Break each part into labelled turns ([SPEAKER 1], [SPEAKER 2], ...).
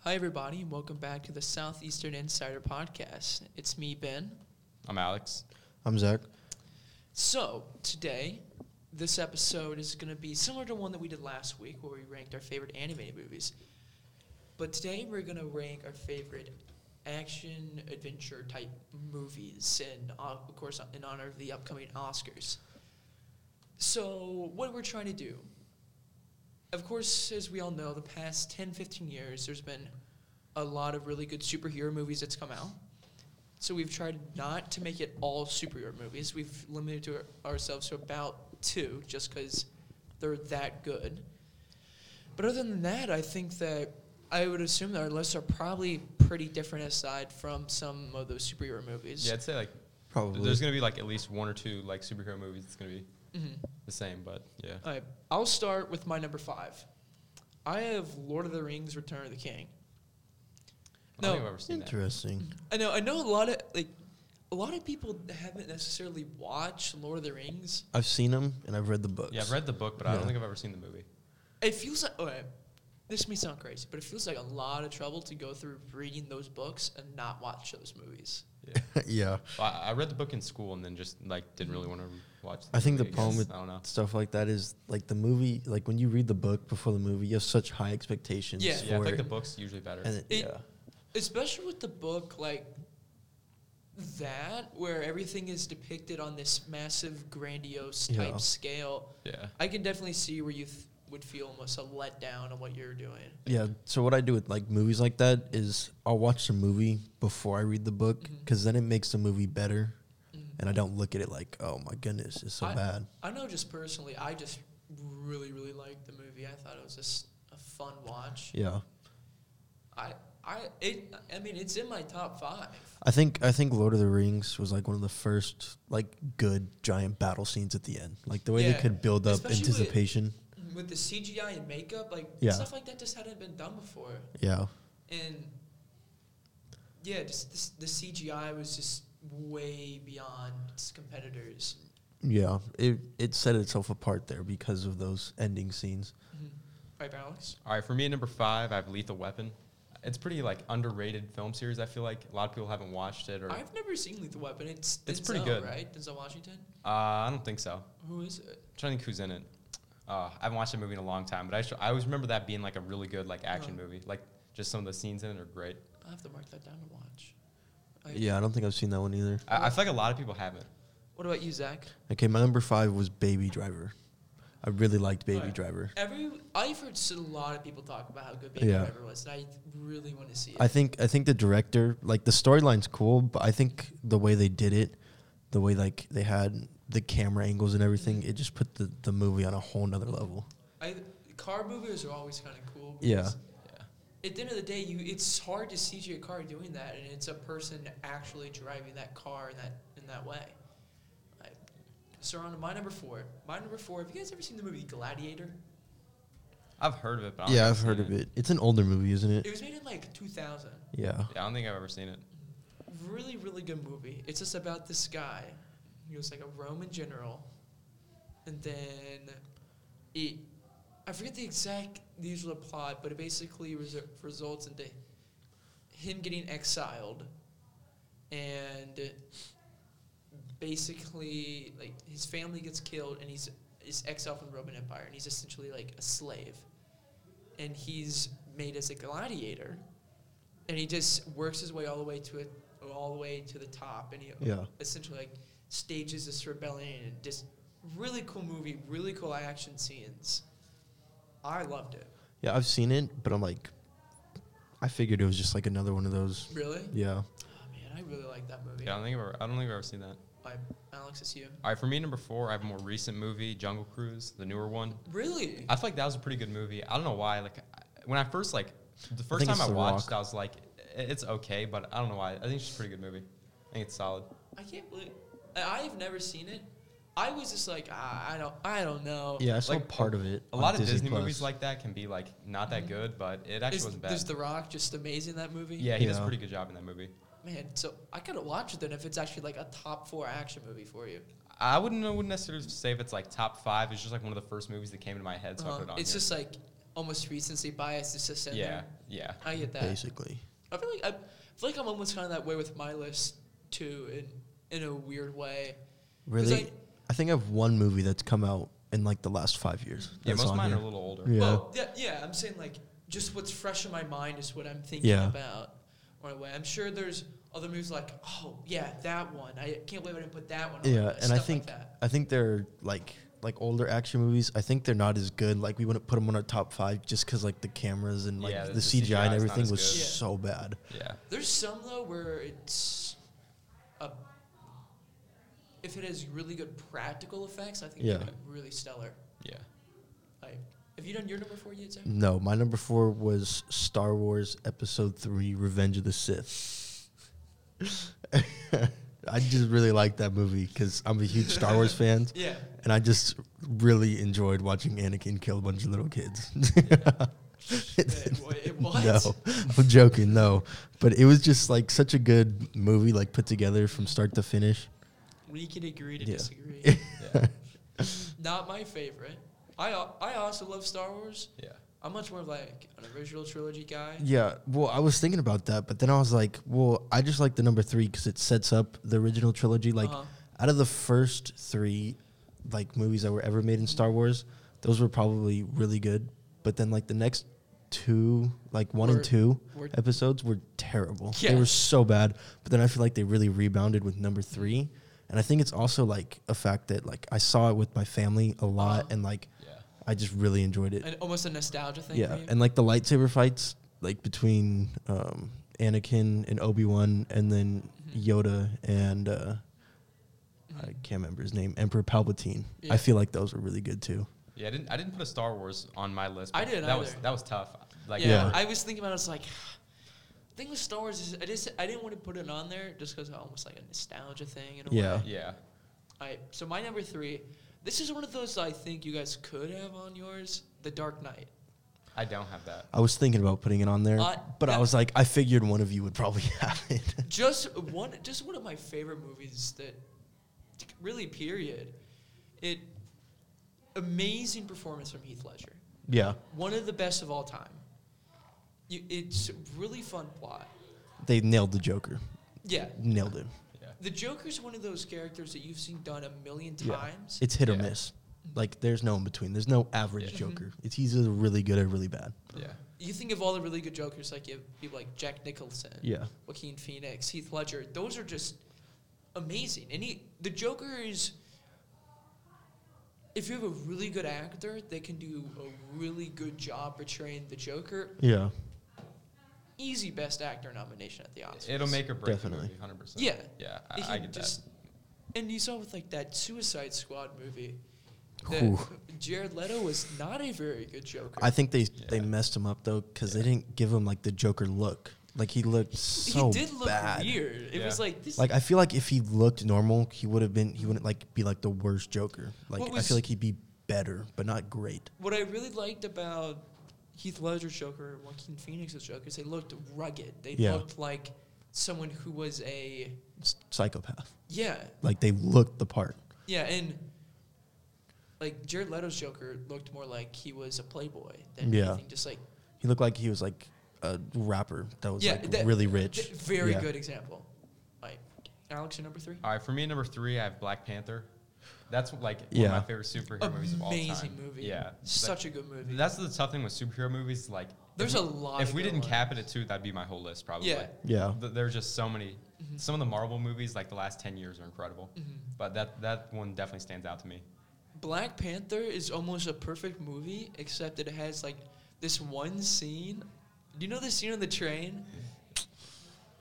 [SPEAKER 1] Hi, everybody, and welcome back to the Southeastern Insider Podcast. It's me, Ben.
[SPEAKER 2] I'm Alex.
[SPEAKER 3] I'm Zach.
[SPEAKER 1] So, today, this episode is going to be similar to one that we did last week where we ranked our favorite animated movies. But today, we're going to rank our favorite action adventure type movies, and uh, of course, in honor of the upcoming Oscars. So, what we're trying to do, of course, as we all know, the past 10, 15 years, there's been a lot of really good superhero movies that's come out. So we've tried not to make it all superhero movies. We've limited to our- ourselves to about two, just because they're that good. But other than that, I think that I would assume that our lists are probably pretty different aside from some of those superhero movies.
[SPEAKER 2] Yeah, I'd say like
[SPEAKER 3] Probably.
[SPEAKER 2] there's gonna be like at least one or two like superhero movies that's gonna be
[SPEAKER 1] Mhm.
[SPEAKER 2] the same, but yeah.
[SPEAKER 1] All right, I'll start with my number five. I have Lord of the Rings: Return of the King.
[SPEAKER 2] I don't think
[SPEAKER 1] No.
[SPEAKER 2] I've ever seen that.
[SPEAKER 3] Interesting.
[SPEAKER 1] I know, I know a lot of like, a lot of people haven't necessarily watched Lord of the Rings.
[SPEAKER 3] I've seen them and I've read the books.
[SPEAKER 2] Yeah, I've read the book, but I don't
[SPEAKER 3] Yeah.
[SPEAKER 2] think I've ever seen the movie.
[SPEAKER 1] It feels like okay, this may sound crazy, but it feels like a lot of trouble to go through reading those books and not watch those movies.
[SPEAKER 2] Yeah.
[SPEAKER 3] yeah,
[SPEAKER 2] Well, I, I read the book in school and then just like didn't really want to watch.
[SPEAKER 3] I think the
[SPEAKER 2] movie, guess.
[SPEAKER 3] problem with
[SPEAKER 2] I don't know.
[SPEAKER 3] stuff like that is like the movie. Like when you read the book before the movie, you have such high expectations
[SPEAKER 1] Yeah.
[SPEAKER 3] for
[SPEAKER 2] Yeah, I think
[SPEAKER 3] it.
[SPEAKER 2] the book's usually better.
[SPEAKER 3] and it,
[SPEAKER 1] It-
[SPEAKER 3] yeah,
[SPEAKER 1] Especially with the book like that, where everything is depicted on this massive, grandiose type
[SPEAKER 3] Yeah.
[SPEAKER 1] scale.
[SPEAKER 2] yeah.
[SPEAKER 1] I can definitely see where you th- would feel almost a letdown on what you're doing.
[SPEAKER 3] yeah. So what I do with like movies like that is I'll watch the movie before I read the book
[SPEAKER 1] Mhm.
[SPEAKER 3] because then it makes the movie better,
[SPEAKER 1] Mhm.
[SPEAKER 3] and I don't look at it like, oh my goodness, it's so
[SPEAKER 1] I-
[SPEAKER 3] bad.
[SPEAKER 1] I know, just personally, I just really, really liked the movie. I thought it was just a fun watch.
[SPEAKER 3] Yeah,
[SPEAKER 1] I, I, it, I mean, it's in my top five.
[SPEAKER 3] I think I think Lord of the Rings was like one of the first like good giant battle scenes at the end. Like the way
[SPEAKER 1] Yeah.
[SPEAKER 3] they could build up
[SPEAKER 1] Especially with-
[SPEAKER 3] anticipation.
[SPEAKER 1] with the CGI and makeup, like
[SPEAKER 3] Yeah.
[SPEAKER 1] stuff like that just hadn't been done before.
[SPEAKER 3] yeah.
[SPEAKER 1] And yeah, just this, the CGI was just way beyond its competitors.
[SPEAKER 3] Yeah, it it set itself apart there because of those ending scenes.
[SPEAKER 1] Right, Alex?
[SPEAKER 2] All right, for me at number five, I have Lethal Weapon. It's pretty like underrated film series. I feel like a lot of people haven't watched it, or uh,
[SPEAKER 1] I've never seen Lethal Weapon. It's
[SPEAKER 2] It's
[SPEAKER 1] Denzel,
[SPEAKER 2] pretty good.
[SPEAKER 1] right? Denzel Washington.
[SPEAKER 2] uh, I don't think so.
[SPEAKER 1] Who is it?
[SPEAKER 2] I'm trying to think who's in it. Uh, I haven't watched that movie in a long time, but I, just, I always remember that being like a really good like action
[SPEAKER 1] Oh.
[SPEAKER 2] movie. Like just some of the scenes in it are great.
[SPEAKER 1] I will have to mark that down to watch. I-
[SPEAKER 3] Yeah, I don't think I've seen that one either.
[SPEAKER 2] I, I feel like a lot of people haven't.
[SPEAKER 1] What about you, Zach?
[SPEAKER 3] Okay, my number five was Baby Driver. I really liked Baby
[SPEAKER 1] Alright.
[SPEAKER 3] Driver.
[SPEAKER 1] Every I've heard s- a lot of people talk about how good Baby
[SPEAKER 3] Yeah.
[SPEAKER 1] Driver was, and I really want to see it.
[SPEAKER 3] I think I think the director like the storyline's cool, but I think the way they did it, the way like they had the camera angles and everything, it just put the, the movie on a whole nother level.
[SPEAKER 1] I car movies are always kind of cool.
[SPEAKER 3] Yeah.
[SPEAKER 1] because At the end of the day, you it's hard to CG a car doing that, and it's a person actually driving that car in that in that way. I, so on to my number four. My number four. Have you guys ever seen the movie Gladiator?
[SPEAKER 2] I've heard of it. But I don't
[SPEAKER 3] yeah,
[SPEAKER 2] think
[SPEAKER 3] I've heard
[SPEAKER 2] seen
[SPEAKER 3] of it. It's an older movie, isn't it?
[SPEAKER 1] It was made in like 2000.
[SPEAKER 3] Yeah.
[SPEAKER 2] Yeah, I don't think I've ever seen it.
[SPEAKER 1] Really, really good movie. It's just about this guy. He was like a Roman general, and then it. I forget the exact usual plot, but it basically res- results into him getting exiled, and basically like his family gets killed, and he's is exiled from the Roman Empire, and he's essentially like a slave, and he's made as a gladiator, and he just works his way all the way to it, all the way to the top, and he
[SPEAKER 3] Yeah.
[SPEAKER 1] essentially like stages this rebellion and just really cool movie, really cool action scenes. I loved it.
[SPEAKER 3] Yeah, I've seen it, but I'm like I figured it was just like another one of those.
[SPEAKER 1] Really?
[SPEAKER 3] Yeah.
[SPEAKER 1] Oh, man, I really like that movie.
[SPEAKER 2] Yeah, I don't think I've ever, I don't think I've ever seen that.
[SPEAKER 1] I, Alex, it's you.
[SPEAKER 2] All right, for me, number four, I have a more recent movie, Jungle Cruise, the newer one.
[SPEAKER 1] Really?
[SPEAKER 2] I feel like that was a pretty good movie. I don't know why. Like I- when I first like the first
[SPEAKER 3] think
[SPEAKER 2] time
[SPEAKER 3] it's
[SPEAKER 2] I
[SPEAKER 3] The
[SPEAKER 2] watched,
[SPEAKER 3] Rock.
[SPEAKER 2] I was like, "I- it's okay, but I don't know why. I think it's just a pretty good movie. I think it's solid.
[SPEAKER 1] I can't believe I- I've never seen it. I was just like, ah, I don't, I don't know.
[SPEAKER 3] Yeah, I saw
[SPEAKER 2] Like,
[SPEAKER 3] part of it.
[SPEAKER 2] A
[SPEAKER 3] on
[SPEAKER 2] lot of Disney,
[SPEAKER 3] Plus.
[SPEAKER 2] movies like that can be like not that good, but it actually
[SPEAKER 1] Mm-hmm. Is,
[SPEAKER 2] wasn't
[SPEAKER 1] is
[SPEAKER 2] bad.
[SPEAKER 1] The Rock just amazing in that movie?
[SPEAKER 2] Yeah, he does a
[SPEAKER 3] Yeah.
[SPEAKER 2] pretty good job in that movie.
[SPEAKER 1] Man, so I gotta watch it then if it's actually like a top four action movie for you.
[SPEAKER 2] I wouldn't, I wouldn't necessarily say if it's like top five. It's just like one of the first movies that came to my head, so I
[SPEAKER 1] Uh-huh.
[SPEAKER 2] put it on.
[SPEAKER 1] it's
[SPEAKER 2] here.
[SPEAKER 1] just like almost recency bias is just in
[SPEAKER 2] yeah,
[SPEAKER 1] there.
[SPEAKER 2] yeah.
[SPEAKER 1] I get that.
[SPEAKER 3] basically.
[SPEAKER 1] I feel like I, I feel like I'm almost kind of that way with my list too, in in a weird way. 'Cause
[SPEAKER 3] Really, I,
[SPEAKER 1] I-
[SPEAKER 3] think I have one movie that's come out in like the last five years.
[SPEAKER 2] Yeah,
[SPEAKER 3] that's
[SPEAKER 2] most of
[SPEAKER 3] on
[SPEAKER 2] mine
[SPEAKER 3] here.
[SPEAKER 2] are a little older.
[SPEAKER 3] Yeah.
[SPEAKER 1] Well, yeah, yeah. I'm saying like just what's fresh in my mind is what I'm thinking
[SPEAKER 3] Yeah.
[SPEAKER 1] about. Or in a way, I'm sure there's other movies like, oh yeah, that one. I can't believe I didn't put that one. On my
[SPEAKER 3] Yeah,
[SPEAKER 1] list,"
[SPEAKER 3] and I
[SPEAKER 1] stuff
[SPEAKER 3] think
[SPEAKER 1] like that.
[SPEAKER 3] I think they're like like older action movies. I think they're not as good. Like we wouldn't put them on our top five just because like the cameras and like
[SPEAKER 2] Yeah,
[SPEAKER 3] the,
[SPEAKER 2] the CGI
[SPEAKER 3] CGI, and
[SPEAKER 2] is not
[SPEAKER 3] everything
[SPEAKER 2] as
[SPEAKER 3] was
[SPEAKER 1] good. Yeah.
[SPEAKER 3] so bad.
[SPEAKER 2] Yeah.
[SPEAKER 1] there's some though where it's a if it has really good practical effects, I think
[SPEAKER 3] Yeah.
[SPEAKER 1] it could be really stellar.
[SPEAKER 2] Yeah.
[SPEAKER 1] Like, have you done your number four yet, Zach?
[SPEAKER 3] No, my number four was Star Wars Episode Three: Revenge of the Sith. I just really like that movie because I'm a huge Star Wars fan,
[SPEAKER 1] Yeah.
[SPEAKER 3] and I just really enjoyed watching Anakin kill a bunch of little kids.
[SPEAKER 1] It, wa- it was.
[SPEAKER 3] No, I'm joking. No, but it was just like such a good movie, like put together from start to finish.
[SPEAKER 1] We can agree to
[SPEAKER 3] Yeah.
[SPEAKER 1] disagree.
[SPEAKER 2] Yeah.
[SPEAKER 1] Not my favorite. I al- I also love Star Wars.
[SPEAKER 2] yeah.
[SPEAKER 1] I'm much more of like an original trilogy guy.
[SPEAKER 3] Yeah. Well, I was thinking about that, but then I was like, well, I just like the number three because it sets up the original trilogy. Like,
[SPEAKER 1] Uh-huh.
[SPEAKER 3] out of the first three, like movies that were ever made in Star Wars, those were probably really good. But then, like the next two, like one
[SPEAKER 1] Were-
[SPEAKER 3] and two
[SPEAKER 1] were-
[SPEAKER 3] episodes, were terrible. They
[SPEAKER 1] Yeah.
[SPEAKER 3] were so bad. But then I feel like they really rebounded with number three. And I think it's also like a fact that like I saw it with my family a lot,
[SPEAKER 1] Uh-huh.
[SPEAKER 3] and like
[SPEAKER 2] Yeah.
[SPEAKER 3] I just really enjoyed it
[SPEAKER 1] and almost a nostalgia thing.
[SPEAKER 3] yeah,
[SPEAKER 1] for you.
[SPEAKER 3] and like the lightsaber fights, like between um, Anakin and Obi Wan, and then
[SPEAKER 1] Mhm.
[SPEAKER 3] Yoda and uh, I can't remember his name, Emperor Palpatine.
[SPEAKER 1] Mm-hmm. Yeah.
[SPEAKER 3] I feel like those were really good too.
[SPEAKER 2] Yeah, I didn't. I didn't put a Star Wars on my list.
[SPEAKER 1] I
[SPEAKER 2] but
[SPEAKER 1] didn't
[SPEAKER 2] That was
[SPEAKER 1] either.
[SPEAKER 2] that was tough. Like
[SPEAKER 1] yeah,
[SPEAKER 3] Yeah.
[SPEAKER 1] I was thinking about. it, I was like, the thing with Star Wars is I just I didn't want to put it on there just because almost like a nostalgia thing in a
[SPEAKER 3] Yeah.
[SPEAKER 1] way.
[SPEAKER 2] yeah,
[SPEAKER 1] All right, so my number three. This is one of those I think you guys could have on yours, The Dark Knight.
[SPEAKER 2] I don't have that.
[SPEAKER 3] I was thinking about putting it on there,
[SPEAKER 1] Uh,
[SPEAKER 3] but I
[SPEAKER 1] that-
[SPEAKER 3] was like, I figured one of you would probably have it.
[SPEAKER 1] just one just one of my favorite movies that really period it amazing performance from heath ledger
[SPEAKER 3] yeah,
[SPEAKER 1] one of the best of all time you, it's really fun plot
[SPEAKER 3] they nailed the Joker,
[SPEAKER 1] yeah
[SPEAKER 3] nailed it.
[SPEAKER 2] Yeah,
[SPEAKER 1] the joker's one of those characters that you've seen done a million
[SPEAKER 3] Yeah.
[SPEAKER 1] times
[SPEAKER 3] It's hit or
[SPEAKER 2] Yeah.
[SPEAKER 3] miss. Like there's no in between. There's no average
[SPEAKER 1] Yeah.
[SPEAKER 3] Joker. It's either really good or really bad.
[SPEAKER 2] yeah,
[SPEAKER 1] you think of all the really good jokers like you have people like jack nicholson
[SPEAKER 3] Yeah.
[SPEAKER 1] Joaquin Phoenix, Heath Ledger, those are just amazing. And he, the Joker is, if you have a really good actor that can do a really good job portraying the Joker,
[SPEAKER 3] Yeah.
[SPEAKER 1] easy Best Actor nomination at the Oscars.
[SPEAKER 2] it'll make or break the
[SPEAKER 3] Definitely.
[SPEAKER 2] movie, hundred percent.
[SPEAKER 1] Yeah.
[SPEAKER 2] yeah,
[SPEAKER 1] He
[SPEAKER 2] I, I get
[SPEAKER 1] just- And you saw with like that Suicide Squad movie,
[SPEAKER 3] Whew.
[SPEAKER 1] that Jared Leto was not a very good Joker.
[SPEAKER 3] I think they they
[SPEAKER 2] Yeah.
[SPEAKER 3] messed him up though because they didn't give him like the Joker look. Like he looked so
[SPEAKER 1] he did look
[SPEAKER 3] bad.
[SPEAKER 1] weird. It
[SPEAKER 2] Yeah.
[SPEAKER 1] was like this.
[SPEAKER 3] Like I feel like if he looked normal, he would have been. He wouldn't like be like the worst Joker. Like
[SPEAKER 1] What
[SPEAKER 3] I
[SPEAKER 1] was-
[SPEAKER 3] feel like he'd be better, but not great.
[SPEAKER 1] what I really liked about Heath Ledger's Joker, Joaquin Phoenix's Joker, is they looked rugged. They
[SPEAKER 3] Yeah.
[SPEAKER 1] looked like someone who was a
[SPEAKER 3] S- psychopath.
[SPEAKER 1] yeah,
[SPEAKER 3] Like they looked the part.
[SPEAKER 1] yeah, and like Jared Leto's Joker looked more like he was a playboy than
[SPEAKER 3] Yeah.
[SPEAKER 1] anything. Just like
[SPEAKER 3] He looked like he was like a rapper that was
[SPEAKER 1] Yeah,
[SPEAKER 3] like
[SPEAKER 1] that-
[SPEAKER 3] really rich.
[SPEAKER 1] th- very
[SPEAKER 3] Yeah.
[SPEAKER 1] good example. Like Alex, your number three,
[SPEAKER 2] that. All right, for me, number three, I have Black Panther. That's like one
[SPEAKER 3] Yeah.
[SPEAKER 2] of my favorite superhero movies of all time.
[SPEAKER 1] amazing movie.
[SPEAKER 2] Yeah,
[SPEAKER 1] such a good movie.
[SPEAKER 2] Like, that's the tough thing with superhero movies. Like, if
[SPEAKER 1] There's
[SPEAKER 2] we-
[SPEAKER 1] a lot.
[SPEAKER 2] If
[SPEAKER 1] of
[SPEAKER 2] we
[SPEAKER 1] good
[SPEAKER 2] didn't
[SPEAKER 1] ones.
[SPEAKER 2] cap it at two, that'd be my whole list probably.
[SPEAKER 1] Yeah. Mm-hmm.
[SPEAKER 3] Yeah.
[SPEAKER 2] Th- there's just so many. Some of the Marvel movies, like the last ten years, are incredible. But that that one definitely stands out to me.
[SPEAKER 1] Black Panther is almost a perfect movie, except it has like this one scene. Do you know the scene on the train?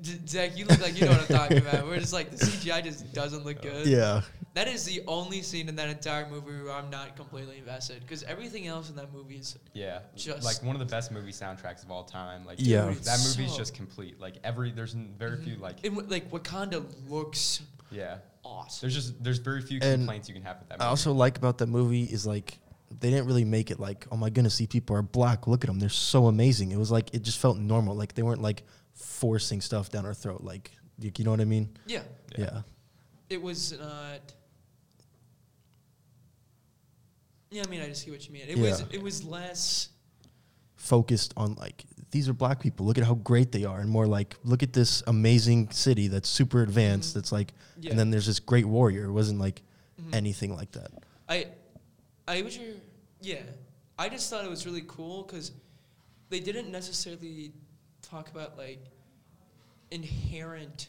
[SPEAKER 1] D- Zach, you look like you know what I'm talking about. Where it's like the CGI just doesn't look good.
[SPEAKER 3] Yeah.
[SPEAKER 1] That is the only scene in that entire movie where I'm not completely invested because everything else in that movie is
[SPEAKER 2] Yeah,
[SPEAKER 1] Just-
[SPEAKER 2] like one of the best movie soundtracks of all time. Like,
[SPEAKER 3] Yeah.
[SPEAKER 1] Dude,
[SPEAKER 2] that
[SPEAKER 1] it's
[SPEAKER 2] movie's
[SPEAKER 1] so- Mm-hmm.
[SPEAKER 2] just complete. Like every there's n- very few like
[SPEAKER 1] it, w- like Wakanda looks
[SPEAKER 2] yeah.
[SPEAKER 1] awesome.
[SPEAKER 2] There's just there's very few
[SPEAKER 3] And
[SPEAKER 2] complaints you can have with that.
[SPEAKER 3] I
[SPEAKER 2] Movie.
[SPEAKER 3] also like about that movie is like they didn't really make it like oh my goodness these people are black look at them they're so amazing it was like it just felt normal like they weren't like forcing stuff down our throat like you, you know what I mean
[SPEAKER 1] Yeah,
[SPEAKER 3] yeah,
[SPEAKER 2] Yeah.
[SPEAKER 1] it was uh, not. Yeah, I mean, I just see what you mean. It was
[SPEAKER 3] Yeah.
[SPEAKER 1] it was less
[SPEAKER 3] focused on like these are black people. Look at how great they are, and more like look at this amazing city that's super advanced.
[SPEAKER 1] Mhm.
[SPEAKER 3] That's like,
[SPEAKER 1] Yeah.
[SPEAKER 3] and then there's this great warrior. It wasn't like
[SPEAKER 1] Mhm.
[SPEAKER 3] anything like that.
[SPEAKER 1] I, I was your yeah. I just thought it was really cool because they didn't necessarily talk about like inherent.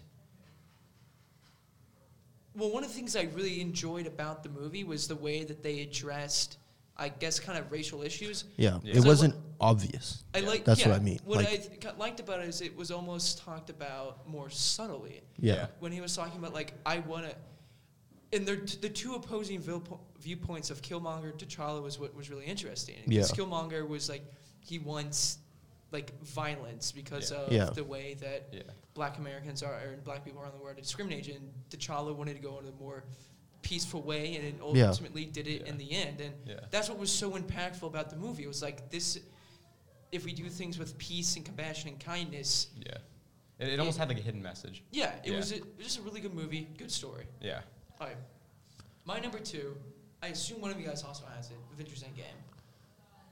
[SPEAKER 1] Well, one of the things I really enjoyed about the movie was the way that they addressed, I guess, kind of racial issues.
[SPEAKER 3] Yeah,
[SPEAKER 2] Yeah.
[SPEAKER 3] it
[SPEAKER 1] So,
[SPEAKER 3] wasn't obvious.
[SPEAKER 1] I
[SPEAKER 2] Yeah.
[SPEAKER 1] like
[SPEAKER 3] That's
[SPEAKER 1] yeah,
[SPEAKER 3] what I mean,
[SPEAKER 1] What
[SPEAKER 3] like-
[SPEAKER 1] I th- ca- liked about it is it was almost talked about more subtly
[SPEAKER 3] Yeah,
[SPEAKER 1] when he was talking about like I want to, and they're t- the two opposing vil- viewpoints of Killmonger T'Challa was what was really interesting. 'Cause
[SPEAKER 3] Yeah.
[SPEAKER 1] Killmonger was like he wants like violence because
[SPEAKER 2] Yeah.
[SPEAKER 1] of
[SPEAKER 3] Yeah.
[SPEAKER 1] the way that
[SPEAKER 2] Yeah.
[SPEAKER 1] Black Americans are and Black people around the world are discriminated. And T'Challa wanted to go in a more peaceful way, and it
[SPEAKER 3] Yeah.
[SPEAKER 1] ultimately did it in the end. And
[SPEAKER 2] Yeah.
[SPEAKER 1] that's what was so impactful about the movie. It was like this. If we do things with peace and compassion and kindness,
[SPEAKER 2] Yeah. It, it almost had like a hidden message.
[SPEAKER 1] yeah, it
[SPEAKER 2] Yeah.
[SPEAKER 1] was a, it was just a really good movie, good story.
[SPEAKER 2] Yeah.
[SPEAKER 1] All right. My number two, I assume one of you guys also has it Avengers Endgame.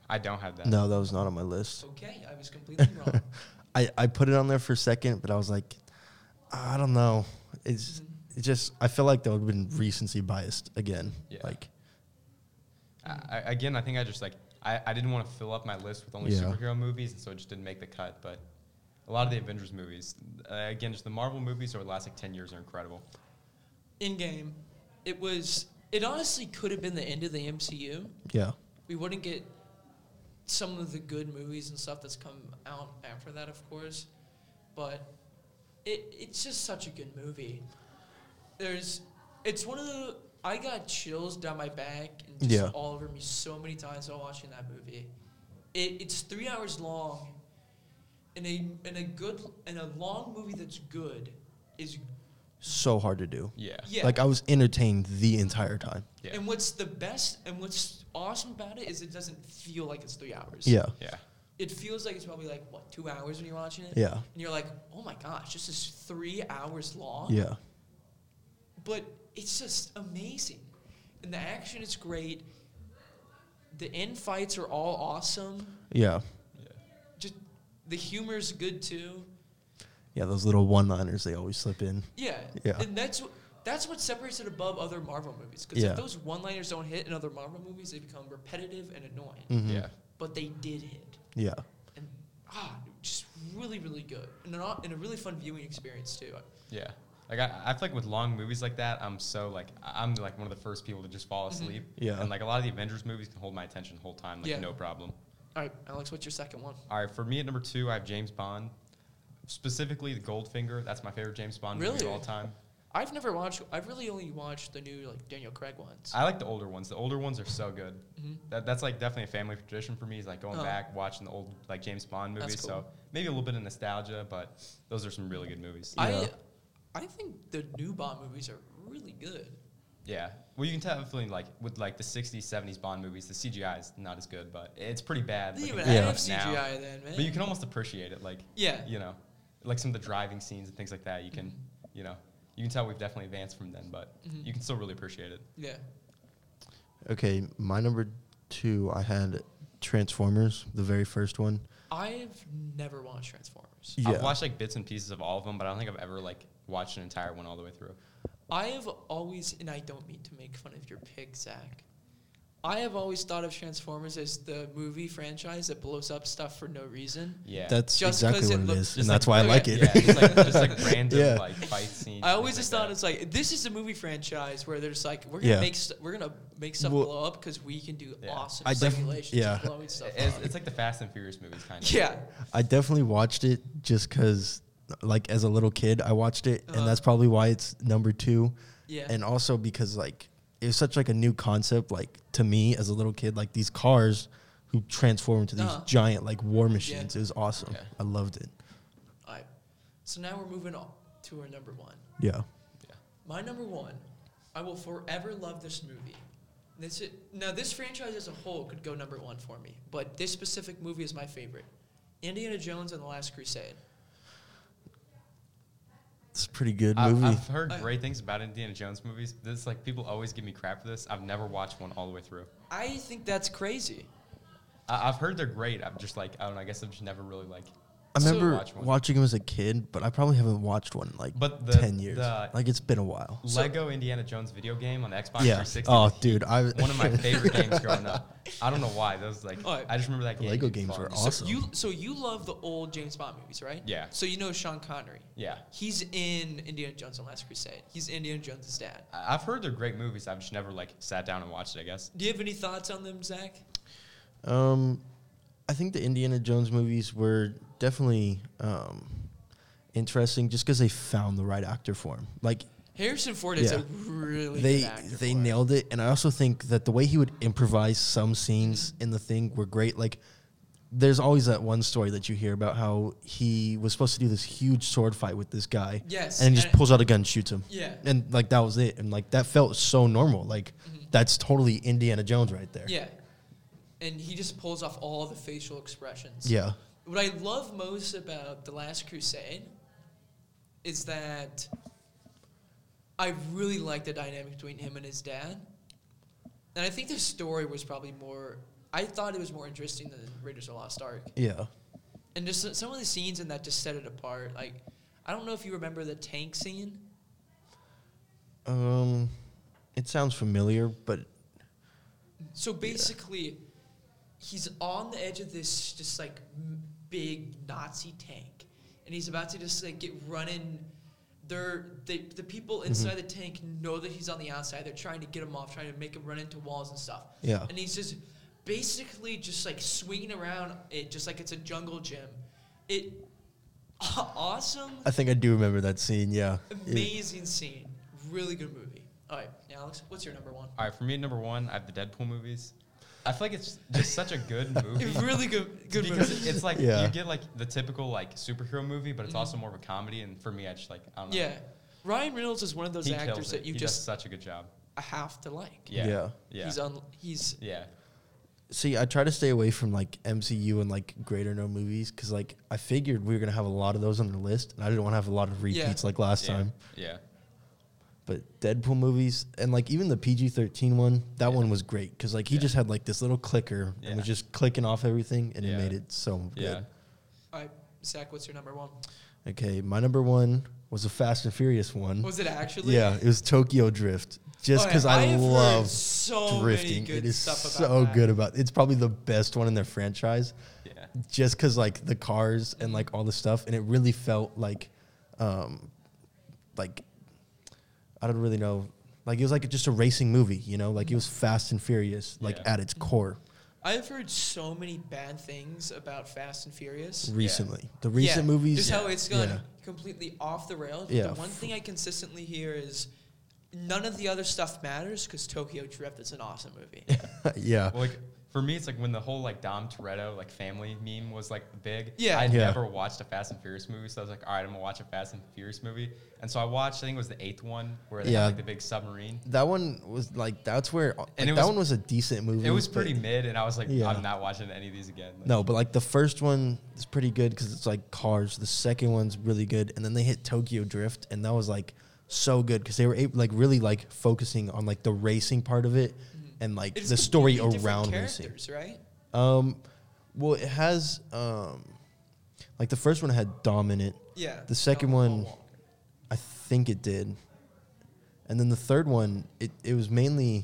[SPEAKER 2] I don't have that.
[SPEAKER 3] no, that was not on my list.
[SPEAKER 1] Okay, I was completely wrong.
[SPEAKER 3] I I put it on there for a second, but I was like, I don't know. It's it just I feel like that would have been recency biased again.
[SPEAKER 2] Yeah.
[SPEAKER 3] Like
[SPEAKER 2] I, I, again, I think I just like I, I didn't want to fill up my list with only
[SPEAKER 3] Yeah.
[SPEAKER 2] superhero movies, and so it just didn't make the cut. But a lot of the Avengers movies, uh, again, just the Marvel movies over the last like ten years are incredible.
[SPEAKER 1] Endgame, it was. It honestly could have been the end of the MCU.
[SPEAKER 3] yeah,
[SPEAKER 1] We wouldn't get some of the good movies and stuff that's come out after that, of course. But it it's just such a good movie. There's, it's one of the. I got chills down my back and just
[SPEAKER 3] Yeah.
[SPEAKER 1] all over me so many times while watching that movie. It, it's three hours long, and a and a good and a long movie that's good is
[SPEAKER 3] so hard to do.
[SPEAKER 2] Yeah.
[SPEAKER 1] yeah.
[SPEAKER 3] Like I was entertained the entire time.
[SPEAKER 2] Yeah.
[SPEAKER 1] And what's the best and what's awesome about it is it doesn't feel like it's three hours.
[SPEAKER 3] Yeah,
[SPEAKER 2] Yeah.
[SPEAKER 1] It feels like it's probably like what two hours when you're watching it.
[SPEAKER 3] yeah,
[SPEAKER 1] And you're like, oh my gosh, this is three hours long.
[SPEAKER 3] yeah,
[SPEAKER 1] But it's just amazing, and the action is great. The end fights are all awesome.
[SPEAKER 3] yeah,
[SPEAKER 2] Yeah.
[SPEAKER 1] Just the humor's good too.
[SPEAKER 3] yeah. Those little one-liners they always slip in.
[SPEAKER 1] Yeah.
[SPEAKER 3] Yeah.
[SPEAKER 1] And that's wh- that's what separates it above other Marvel movies because
[SPEAKER 3] Yeah.
[SPEAKER 1] if those one-liners don't hit in other Marvel movies, they become repetitive and annoying.
[SPEAKER 3] Mhm.
[SPEAKER 2] Yeah.
[SPEAKER 1] But they did hit.
[SPEAKER 3] yeah,
[SPEAKER 1] and ah, just really, really good, and, an, au- and a really fun viewing experience too.
[SPEAKER 2] Yeah. Like I, I feel like with long movies like that, I'm so like I- I'm like one of the first people to just fall
[SPEAKER 1] Mhm.
[SPEAKER 2] asleep.
[SPEAKER 3] Yeah.
[SPEAKER 2] And like a lot of the Avengers movies can hold my attention the whole time, like
[SPEAKER 1] Yeah.
[SPEAKER 2] no problem.
[SPEAKER 1] All right, Alex, what's your second one?
[SPEAKER 2] All right, for me at number two, I have James Bond, specifically the Goldfinger. That's my favorite James Bond movie
[SPEAKER 1] Really?
[SPEAKER 2] of all time.
[SPEAKER 1] I've never watched. I've really only watched the new like Daniel Craig ones.
[SPEAKER 2] I like the older ones. The older ones are so good.
[SPEAKER 1] Mhm.
[SPEAKER 2] That, that's like definitely a family tradition for me. Is like going
[SPEAKER 1] Oh.
[SPEAKER 2] back watching the old like James Bond
[SPEAKER 1] That's
[SPEAKER 2] movies. So maybe a little bit of nostalgia, but those are some really good movies.
[SPEAKER 1] I,
[SPEAKER 3] Yeah.
[SPEAKER 1] I think the new Bond movies are really good.
[SPEAKER 2] yeah. Well, you can tell definitely like with like the '60s, '70s Bond movies, the CGI is not as good, but it's pretty bad.
[SPEAKER 1] They
[SPEAKER 2] but
[SPEAKER 1] even
[SPEAKER 2] compared
[SPEAKER 1] have
[SPEAKER 2] to now-
[SPEAKER 1] CGI then, man.
[SPEAKER 2] But you can almost appreciate it, like
[SPEAKER 1] Yeah.
[SPEAKER 2] you know, like some of the driving scenes and things like that. You can, you know, you can tell we've definitely advanced from then, but
[SPEAKER 1] Mhm.
[SPEAKER 2] you can still really appreciate it.
[SPEAKER 1] yeah.
[SPEAKER 3] Okay, my number two, I had Transformers, the very first one.
[SPEAKER 1] I've never watched Transformers.
[SPEAKER 3] Yeah,
[SPEAKER 2] I've watched like bits and pieces of all of them, but I don't think I've ever like watched an entire one all the way through.
[SPEAKER 1] I have always, and I don't mean to make fun of your pick, Zach. I have always thought of Transformers as the movie franchise that blows up stuff for no reason.
[SPEAKER 2] Yeah.
[SPEAKER 3] that's
[SPEAKER 1] Just
[SPEAKER 3] exactly
[SPEAKER 1] 'cause it
[SPEAKER 3] what it
[SPEAKER 1] looks-
[SPEAKER 3] is,
[SPEAKER 2] Just
[SPEAKER 3] and that's
[SPEAKER 1] like-
[SPEAKER 3] why I like
[SPEAKER 1] okay,
[SPEAKER 3] it.
[SPEAKER 2] yeah, just like, just like random
[SPEAKER 3] Yeah.
[SPEAKER 2] like fight scenes.
[SPEAKER 1] I
[SPEAKER 2] and
[SPEAKER 1] always
[SPEAKER 2] things
[SPEAKER 1] just
[SPEAKER 2] like
[SPEAKER 1] thought
[SPEAKER 2] that.
[SPEAKER 1] it's like this is a movie franchise where there's like we're gonna
[SPEAKER 3] Yeah.
[SPEAKER 1] make st- we're gonna make stuff
[SPEAKER 3] Well-
[SPEAKER 1] blow up because we can do
[SPEAKER 2] Yeah.
[SPEAKER 1] awesome
[SPEAKER 3] I def-
[SPEAKER 1] simulations
[SPEAKER 3] yeah.
[SPEAKER 1] of blowing stuff
[SPEAKER 2] it's,
[SPEAKER 1] up.
[SPEAKER 2] it's like the Fast and Furious movies kind of.
[SPEAKER 1] yeah,
[SPEAKER 3] I definitely watched it just because, like, as a little kid, I watched it,
[SPEAKER 1] Uh-huh.
[SPEAKER 3] and that's probably why it's number two.
[SPEAKER 1] yeah,
[SPEAKER 3] And also because, like, it was such like a new concept, like to me as a little kid, like these cars who transform into these
[SPEAKER 1] Uh-huh.
[SPEAKER 3] giant like war machines. It was awesome.
[SPEAKER 2] Yeah.
[SPEAKER 3] I loved it.
[SPEAKER 1] All right. So now we're moving on to our number one.
[SPEAKER 3] Yeah.
[SPEAKER 1] My number one, I will forever love this movie. This i now this franchise as a whole could go number one for me, but this specific movie is my favorite. Indiana Jones and the Last Crusade.
[SPEAKER 3] It's a pretty good
[SPEAKER 2] I've,
[SPEAKER 3] movie.
[SPEAKER 2] I've heard
[SPEAKER 1] I-
[SPEAKER 2] great things about Indiana Jones movies. This like people always give me crap for this. I've never watched one all the way through.
[SPEAKER 1] I think that's crazy.
[SPEAKER 2] I, I've heard they're great. I'm just like I don't know. I guess I've just never really like.
[SPEAKER 3] I
[SPEAKER 1] So-
[SPEAKER 3] remember
[SPEAKER 2] Watch one.
[SPEAKER 3] watching them as a kid, but I probably haven't watched one in like
[SPEAKER 2] But the-
[SPEAKER 3] ten years.
[SPEAKER 2] the-
[SPEAKER 3] like it's been a while.
[SPEAKER 1] So-
[SPEAKER 2] Lego Indiana Jones video game on the Xbox
[SPEAKER 3] Yeah.
[SPEAKER 2] 360.
[SPEAKER 3] Oh,
[SPEAKER 2] was
[SPEAKER 3] dude, I
[SPEAKER 2] one of my favorite games growing up. I don't know why. That was like
[SPEAKER 1] Alright.
[SPEAKER 2] I just remember that game.
[SPEAKER 3] Lego
[SPEAKER 2] being
[SPEAKER 3] games
[SPEAKER 2] fun.
[SPEAKER 3] were
[SPEAKER 2] So-
[SPEAKER 3] awesome.
[SPEAKER 1] So you so you love the old James Bond movies, right?
[SPEAKER 2] Yeah.
[SPEAKER 1] So you know Sean Connery.
[SPEAKER 2] Yeah,
[SPEAKER 1] He's in Indiana Jones and the Last Crusade. He's Indiana Jones' dad.
[SPEAKER 2] I- I've heard they're great movies. I've just never like sat down and watched it. I guess.
[SPEAKER 1] Do you have any thoughts on them, Zach?
[SPEAKER 3] Um, I think the Indiana Jones movies were definitely um, interesting just because they found the right actor for him. Like
[SPEAKER 1] Harrison Ford is
[SPEAKER 3] Yeah.
[SPEAKER 1] a really
[SPEAKER 3] they
[SPEAKER 1] good actor.
[SPEAKER 3] they
[SPEAKER 1] for it.
[SPEAKER 3] nailed it, and I also think that the way he would improvise some scenes in the thing were great. Like. There's always that one story that you hear about how he was supposed to do this huge sword fight with this guy,
[SPEAKER 1] Yes,
[SPEAKER 3] and he just
[SPEAKER 1] and-
[SPEAKER 3] pulls out a gun, and shoots him,
[SPEAKER 1] Yeah.
[SPEAKER 3] and like that was it, and like that felt so normal. Like
[SPEAKER 1] Mm-hmm.
[SPEAKER 3] that's totally Indiana Jones right there.
[SPEAKER 1] Yeah. And he just pulls off all the facial expressions.
[SPEAKER 3] yeah,
[SPEAKER 1] What I love most about The Last Crusade is that I really like the dynamic between him and his dad. And I think the story was probably more. I thought it was more interesting than Raiders of the Lost Ark.
[SPEAKER 3] yeah.
[SPEAKER 1] And just s- some of the scenes in that just set it apart. Like, I don't know if you remember the tank scene.
[SPEAKER 3] Um, it sounds familiar, but
[SPEAKER 1] So basically, he's on the edge of this just like m- big Nazi tank, and he's about to just like get running. They're they, the people inside the tank know that he's on the outside. They're trying to get him off, trying to make him run into walls and stuff.
[SPEAKER 3] yeah,
[SPEAKER 1] And he's just basically just like swinging around it, just like it's a jungle gym. It awesome,
[SPEAKER 3] I think I do remember that scene. Yeah, It-
[SPEAKER 1] amazing scene, really good movie. All right, Alex, what's your number one?
[SPEAKER 2] All right, for me, number one, I have the Deadpool movies. I feel like it's just such a good movie.
[SPEAKER 1] really good, good
[SPEAKER 2] because
[SPEAKER 1] movie. Mm-hmm.
[SPEAKER 2] it's like
[SPEAKER 3] Yeah.
[SPEAKER 2] you get like the typical like superhero movie, but it's also more of a comedy. And for me, I just like I don't know.
[SPEAKER 1] Yeah. Ryan Reynolds is one of those
[SPEAKER 2] he kills
[SPEAKER 1] actors
[SPEAKER 2] it.
[SPEAKER 1] that you
[SPEAKER 2] he does
[SPEAKER 1] just
[SPEAKER 2] such a good job.
[SPEAKER 1] have to like.
[SPEAKER 2] Yeah,
[SPEAKER 3] Yeah.
[SPEAKER 2] yeah, yeah.
[SPEAKER 1] He's on he's
[SPEAKER 3] see, I try to stay away from like MCU and like greater known movies because like I figured we were gonna have a lot of those on the list, and I didn't want to have a lot of
[SPEAKER 1] Yeah.
[SPEAKER 3] repeats like last
[SPEAKER 2] yeah.
[SPEAKER 3] time.
[SPEAKER 2] yeah.
[SPEAKER 3] But Deadpool movies and like even the PG thirteen one, that
[SPEAKER 2] Yeah.
[SPEAKER 3] one was great because like he
[SPEAKER 2] Yeah.
[SPEAKER 3] just had like this little clicker
[SPEAKER 2] Yeah.
[SPEAKER 3] and was just clicking off everything, and it
[SPEAKER 2] Yeah.
[SPEAKER 3] made it so
[SPEAKER 2] Yeah.
[SPEAKER 3] good.
[SPEAKER 1] all right, Zach, what's your number one?
[SPEAKER 3] Okay, my number one was a Fast and Furious one.
[SPEAKER 1] Was it actually?
[SPEAKER 3] Yeah, it was Tokyo Drift. Just
[SPEAKER 1] Okay,
[SPEAKER 3] because I,
[SPEAKER 1] have heard
[SPEAKER 3] love
[SPEAKER 1] so
[SPEAKER 3] drifting.
[SPEAKER 1] Many good
[SPEAKER 3] It is
[SPEAKER 1] stuff about
[SPEAKER 3] so
[SPEAKER 1] that.
[SPEAKER 3] good about. It's probably the best one in their franchise,
[SPEAKER 2] yeah.
[SPEAKER 3] just because like the cars and like all the stuff, and it really felt like, um, like I don't really know. Like it was like just a racing movie, you know. Like it was Fast and Furious, like
[SPEAKER 2] Yeah.
[SPEAKER 3] at its core.
[SPEAKER 1] I've heard so many bad things about Fast and Furious.
[SPEAKER 3] Recently, the recent
[SPEAKER 1] Yeah,
[SPEAKER 3] movies.
[SPEAKER 1] Just how it's gone
[SPEAKER 3] Yeah.
[SPEAKER 1] completely off the rails. But
[SPEAKER 3] Yeah,
[SPEAKER 1] The one thing I consistently hear is none of the other stuff matters because Tokyo Drift is an awesome movie.
[SPEAKER 3] yeah,
[SPEAKER 2] Well, like for me, it's like when the whole like Dom Toretto like family meme was like big.
[SPEAKER 1] Yeah.
[SPEAKER 2] I would
[SPEAKER 3] Yeah.
[SPEAKER 2] never watched a Fast and Furious movie, so I was like, all right, I'm gonna watch a Fast and Furious movie. And so I watched. I think it was the eighth one where they
[SPEAKER 3] Yeah.
[SPEAKER 2] had like the big submarine.
[SPEAKER 3] that one was like that's where like,
[SPEAKER 2] And it
[SPEAKER 3] that
[SPEAKER 2] was-
[SPEAKER 3] one was a decent movie.
[SPEAKER 2] It was
[SPEAKER 3] but-
[SPEAKER 2] pretty mid, and I was like,
[SPEAKER 3] Yeah.
[SPEAKER 2] I'm not watching any of these again. Like,
[SPEAKER 3] No, but like the first one is pretty good because it's like cars. The second one's really good, and then they hit Tokyo Drift, and that was like so good because they were able, like really like focusing on like the racing part of it,
[SPEAKER 1] Mm-hmm.
[SPEAKER 3] and like
[SPEAKER 1] It's
[SPEAKER 3] the story
[SPEAKER 1] completely different
[SPEAKER 3] around racing.
[SPEAKER 1] characters, right?
[SPEAKER 3] Um, well, it has um, like the first one had Dom in it.
[SPEAKER 1] Yeah.
[SPEAKER 3] The second
[SPEAKER 1] Paul
[SPEAKER 3] one-
[SPEAKER 1] Walker.
[SPEAKER 3] I think it did, and then the third one it it was mainly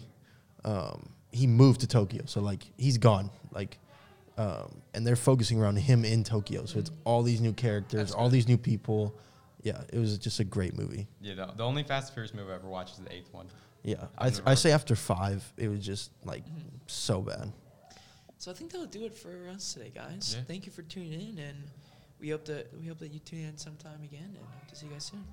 [SPEAKER 3] um, he moved to Tokyo, so like he's gone, like. Um, and they're focusing around him in Tokyo, so it's all these new characters,
[SPEAKER 2] That's
[SPEAKER 3] all
[SPEAKER 2] good.
[SPEAKER 3] these new people. Yeah, it was just a great movie.
[SPEAKER 2] You know, the only Fast and Furious movie I ever watched is the eighth one.
[SPEAKER 3] Yeah,
[SPEAKER 2] I've
[SPEAKER 3] I,
[SPEAKER 2] never
[SPEAKER 3] I
[SPEAKER 2] heard
[SPEAKER 3] say after five, it was just like so bad.
[SPEAKER 1] Mm-hmm. So I think that'll do it for us today, guys.
[SPEAKER 2] Yeah.
[SPEAKER 1] Thank you for tuning in, and we hope that we hope that you tune in sometime again, and hope to see you guys soon.